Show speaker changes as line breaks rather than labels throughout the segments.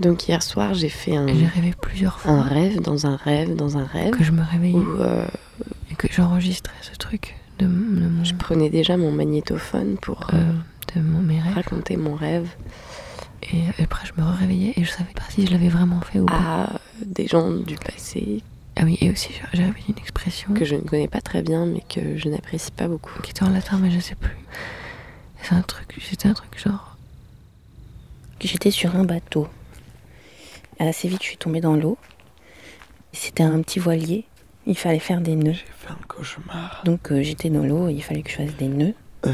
Donc hier soir, j'ai fait un,
Et J'ai rêvé plusieurs fois
Mm. un rêve dans un rêve dans un rêve
que je me réveillais
où euh,
et que j'enregistrais ce truc de, m- de mon,
je prenais déjà mon magnétophone pour euh,
euh, de mon- mes rêves.
raconter mon rêve
Et après, je me réveillais et je savais pas si je l'avais vraiment fait ou pas.
à des gens du passé
Ah oui, et aussi, j'ai- j'ai réveillé une
Mmh.
expression
que je ne connais pas très bien mais que je n'apprécie pas beaucoup.
qui était en latin, mais je sais plus. C'est un truc, c'était un truc genre.
J'étais sur un bateau. Assez vite, je suis tombée dans l'eau. C'était un petit voilier. Il fallait faire des nœuds.
J'ai fait un cauchemar.
Donc euh, j'étais dans l'eau, il fallait que je fasse des nœuds.
Euh,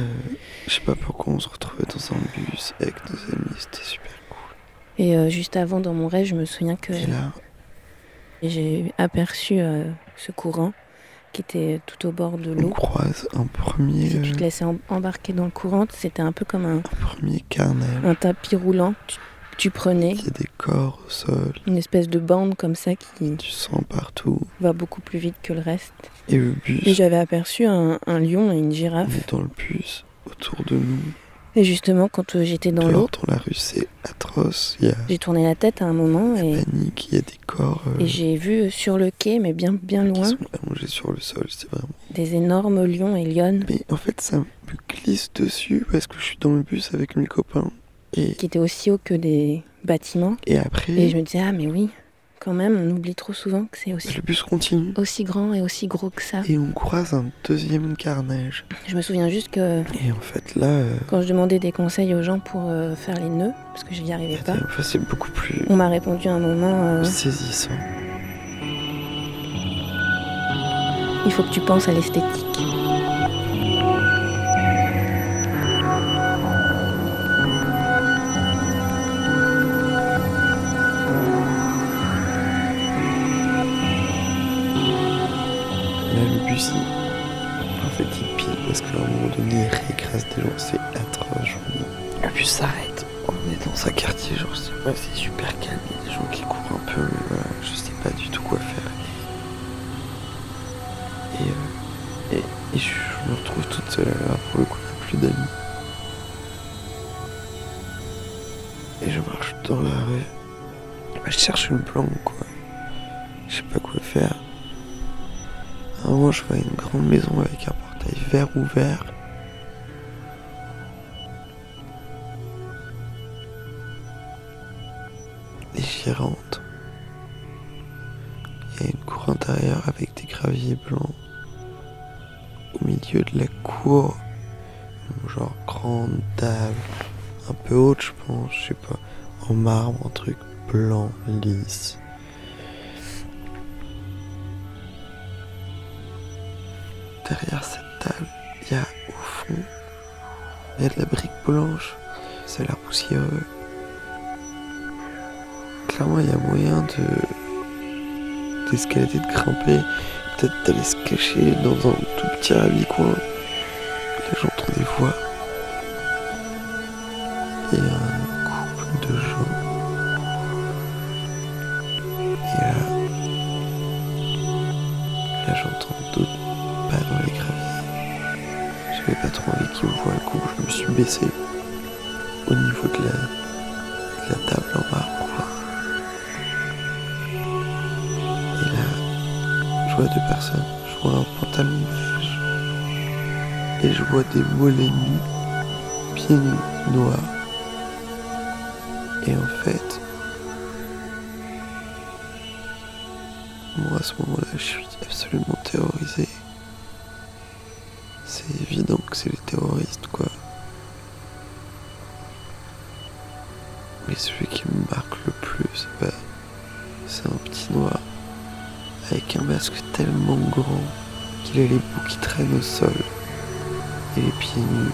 je sais pas pourquoi on se retrouvait dans un bus avec nos amis, c'était super cool.
Et euh, juste avant, dans mon rêve, je me souviens que
Et là,
j'ai aperçu euh, ce courant qui était tout au bord de
on
l'eau.
croise un
Si
premier,
tu te laissais em- embarquer dans le courant, c'était un peu comme un,
un premier carnage.
un tapis roulant. Tu, tu prenais
Il y a des corps au sol,
une espèce de bande comme ça qui
du sang partout.
va beaucoup plus vite que le reste.
Et le
Et
bus,
j'avais aperçu un, un lion et une
on
girafe.
est dans le bus, autour de nous.
Et justement, quand euh, j'étais dans l'eau,
Dehors, dans la rue, c'est atroce. Il y a
J'ai tourné la tête à un moment et,
panique, il y a des corps euh,
et j'ai vu euh, sur le quai, mais bien bien
qui
loin,
sont allongés sur le sol. C'est vraiment.
des énormes lions et lionnes
Mais en fait, ça me glisse dessus parce que je suis dans le bus avec mes copains. Et,
qui étaient aussi hauts que des bâtiments.
et après,
Et je me disais, ah mais oui, quand même, on oublie trop souvent que c'est aussi,
le bus continue.
aussi grand et aussi gros que ça.
Et on croise un deuxième carnage.
Je me souviens juste que
Et en fait, là, euh,
quand je demandais des conseils aux gens pour euh, faire les nœuds, parce que je n'y arrivais pas,
attends, enfin, c'est beaucoup plus
on m'a répondu à un moment, euh,
saisissant.
il faut que tu penses à l'esthétique.
Là, le bus, il... en fait, il pile parce qu'à un moment donné, il réécrase des gens. C'est atroce. je vous dis. Le bus s'arrête. On est dans un quartier, genre, je sais pas, c'est super calme. Il y a des gens qui courent un peu, mais voilà, je sais pas du tout quoi faire. Et, euh, et, et je me retrouve toute seule. Là, pour le coup, il y a plus d'amis. Et je marche dans la rue. Bah, je cherche une planque, quoi. Je sais pas quoi faire. À un moment, Ah, je vois une grande maison avec un portail vert ouvert. Et j'y rentre. Il y a une cour intérieure avec des graviers blancs. Au milieu de la cour, une genre grande table, un peu haute, je pense, je sais pas, en marbre, un truc blanc, lisse. Derrière cette table, il y a au fond, il y a de la brique blanche. Ça a l'air poussiéreux. Clairement, il y a moyen de d'escalader, de grimper, peut-être d'aller se cacher dans un tout petit ravi-coin. Là, j'entends des voix. Et un couple de gens. Et là, là j'entends d'autres pas dans les graviers. J'avais pas trop envie qu'il me voie le coup, je me suis baissé au niveau de la, de la table en marbre. là. Et là, je vois deux personnes. Je vois un pantalon beige et je vois des mollets nus, pieds nus, noirs. Et en fait, moi à ce moment-là, je suis absolument terrorisé. C'est évident que c'est les terroristes, quoi. Mais celui qui me marque le plus, bah, c'est un petit noir avec un masque tellement grand qu'il a les bouts qui traînent au sol et les pieds nus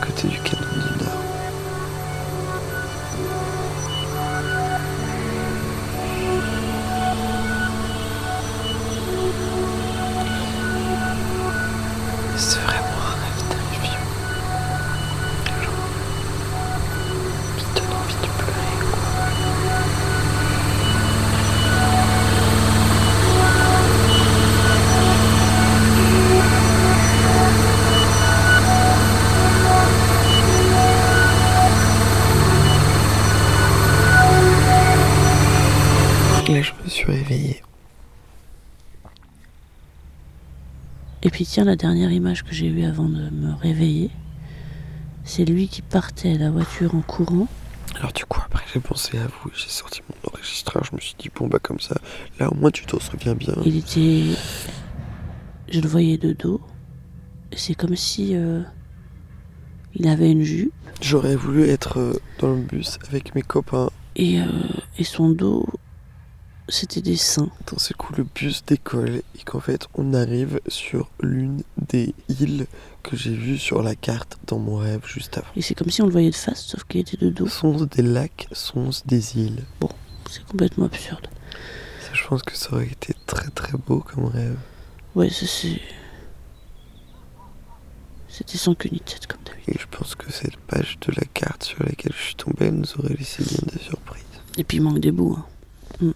à côté du canon d'une arme. C'est vraiment un rêve terrifiant. Genre, qui donne envie de pleurer. Là, je me suis réveillé.
Et puis tiens, la dernière image que j'ai eue avant de me réveiller, c'est lui qui partait à la voiture en courant.
Alors du coup après j'ai pensé à vous, j'ai sorti mon enregistreur, je me suis dit bon bah comme ça, là au moins tu t'en souviens bien.
Il était... Je le voyais de dos. C'est comme si... euh, Il avait une jupe.
J'aurais voulu être euh, dans le bus avec mes copains.
Et, euh, et son dos, c'était des seins.
Dans ce coup le bus décolle et qu'en fait on arrive sur l'une des îles que j'ai vues sur la carte dans mon rêve juste avant.
Et c'est comme si on le voyait de face, sauf qu'il était de dos.
Sont des lacs, sont des îles.
C'est complètement absurde.
Ça, je pense que ça aurait été très très beau comme rêve.
Ouais, ça c'est... C'était sans queue ni tête, comme d'habitude.
Et je pense que cette page de la carte sur laquelle je suis tombé elle nous aurait laissé bien des surprises.
Et puis il manque des bouts. hein. Mm.